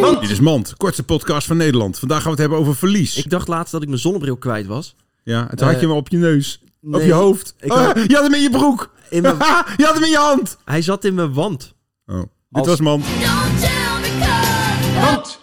Mand. Dit is Mand, kortste podcast van Nederland. Vandaag gaan we het hebben over verlies. Ik dacht laatst dat ik mijn zonnebril kwijt was. ja, en toen had eh, je hem op je neus. nee, op je hoofd. ik Ah, had- je had hem in je broek. In mijn- je had hem in je hand. Hij zat in mijn wand. Oh, Als- Dit was Mand. Don't tell me 'cause